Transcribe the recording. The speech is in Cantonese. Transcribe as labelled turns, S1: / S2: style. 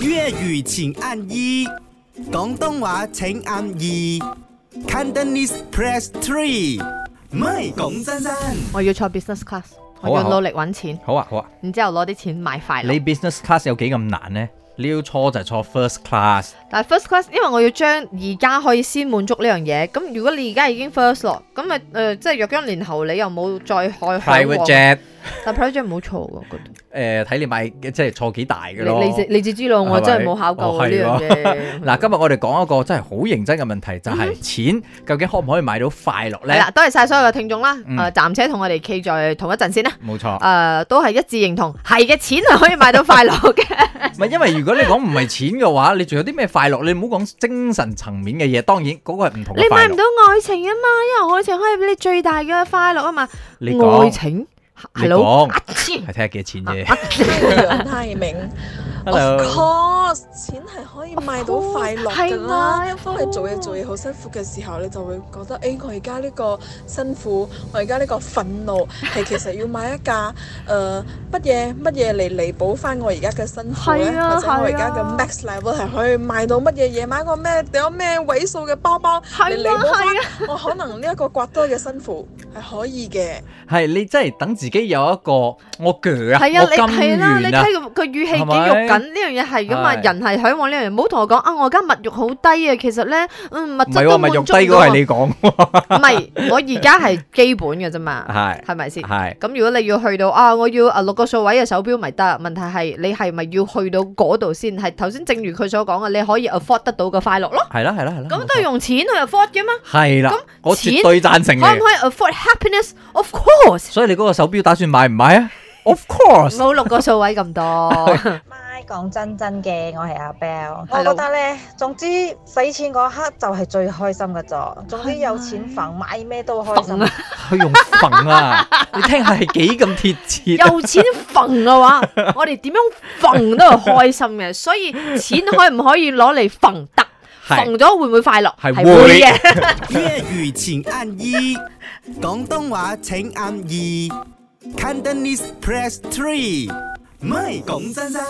S1: 粤语请按一，广东话请按二，Cantonese press three。唔係講真真，
S2: 我要坐 business class，
S3: 好啊
S2: 我要
S3: 好啊
S2: 努力揾錢，
S3: 好啊，好啊。
S2: 然之後攞啲錢買快樂。
S3: 你 business class 有幾咁難呢？你要錯就係錯 first class，
S2: 但係 first class，因為我要將而家可以先滿足呢樣嘢。咁如果你而家已經 first 咯，咁咪誒即係若干年後你又冇再開
S3: private jet，
S2: 但 private jet 唔好錯喎，覺得
S3: 誒睇你買即係錯幾大嘅咯啊
S2: 你。你自你自知咯，我
S3: 係咪
S2: 真係冇考究啊呢
S3: 哦
S2: 樣
S3: 係喎
S2: 嘢。 嗯
S3: 嗱，今日我哋講一個真係好認真嘅問題，就係錢究竟可唔可以買到快樂呢
S2: 係？啦，多謝晒所有嘅聽眾啦。
S3: 嗯哦
S2: 誒，暫且同我哋企在同一陣先啦。
S3: 冇錯，
S2: 誒，都係一致認同，係嘅錢係可以買到快樂嘅。
S3: 唔係因為如果你講唔係錢嘅話，你仲有啲咩快樂？你唔好講精神層面嘅嘢，當然嗰個係唔同
S2: 你買
S3: 嘅快
S2: 唔
S3: 樂。
S2: 到愛情啊嘛，因為愛情可以俾你最大嘅快樂啊嘛。
S3: 你
S2: 愛
S3: 講
S2: 情
S3: 你
S2: 係佬，
S3: 講
S2: 啊切
S3: 係睇下幾錢啫。
S2: 啊
S4: 楊泰明
S3: Hello
S4: of course，錢係可以買到快樂
S2: Of course，
S4: 㗎啦
S2: 係嘛。
S4: 當你做嘢做嘢好辛苦嘅時候，你就會覺得，誒、我而家呢個辛苦，我而家呢個憤怒，係其實要買一架誒乜嘢乜嘢嚟彌補翻我而家嘅辛苦咧，
S2: 係啊
S4: 或者我而家
S2: 係啊
S4: 嘅 max level 係可以買到乜嘢嘢，買個咩有咩位數嘅包包嚟
S2: 係
S4: 彌
S2: 啊
S4: 補翻
S2: 係啊，
S4: 我可能呢一個刮多嘅辛苦係可以嘅。
S3: 係你真係等自己有一個我鋸啊，
S2: 係啊，
S3: 我
S2: 你
S3: 金
S2: 係啦，你
S3: 元啊，
S2: 睇佢佢語氣幾
S3: 係
S2: 肉
S3: 咪
S2: 緊呢樣嘢係噶嘛，
S3: 係
S2: 人係向往呢樣嘢，唔好同我講啊！我而家物欲好低啊，其實咧，嗯，物
S3: 唔
S2: 質
S3: 係
S2: 都
S3: 喎，
S2: 滿
S3: 咪
S2: 足
S3: 肉
S2: 唔
S3: 低
S2: 到
S3: 嗰個係
S2: 我
S3: 你講
S2: 唔係，我而家係基本嘅啫嘛，
S3: 係
S2: 係咪先？
S3: 係
S2: 咁如果你要去到啊，我要啊六個數位嘅手錶咪得，問題係你係咪要去到嗰度先？係頭先正如佢所講嘅，你可以 afford 得到嘅快樂咯，
S3: 係啦係啦係啦，
S2: 咁都係用錢去 afford 嘅嘛，
S3: 係啦
S2: 咁，
S3: 我
S2: 錢
S3: 絕對贊成
S2: 可唔
S3: 你。
S2: 可以 afford happiness？Of course，
S3: 所以你嗰個手錶打算買唔 買啊？Of course，
S2: 冇六個數位咁多。
S5: 咪講真真嘅，我係阿 Bell。我
S2: Hello
S5: 覺得咧，總之使錢嗰刻就係最開心嘅咗。總之有錢揈，買咩都開心。
S3: 佢用揈啊！你聽下係幾咁貼切啊。
S2: 有錢揈嘅話，我哋點樣揈都係開心嘅，所以錢可唔可以攞嚟揈得？
S3: 係
S2: 揈咗會唔會快樂？
S3: 係
S2: 係
S3: 會
S2: 會嘅。
S1: 粵語請按一，廣東話請按二，Cantonese press three。唔係講真真。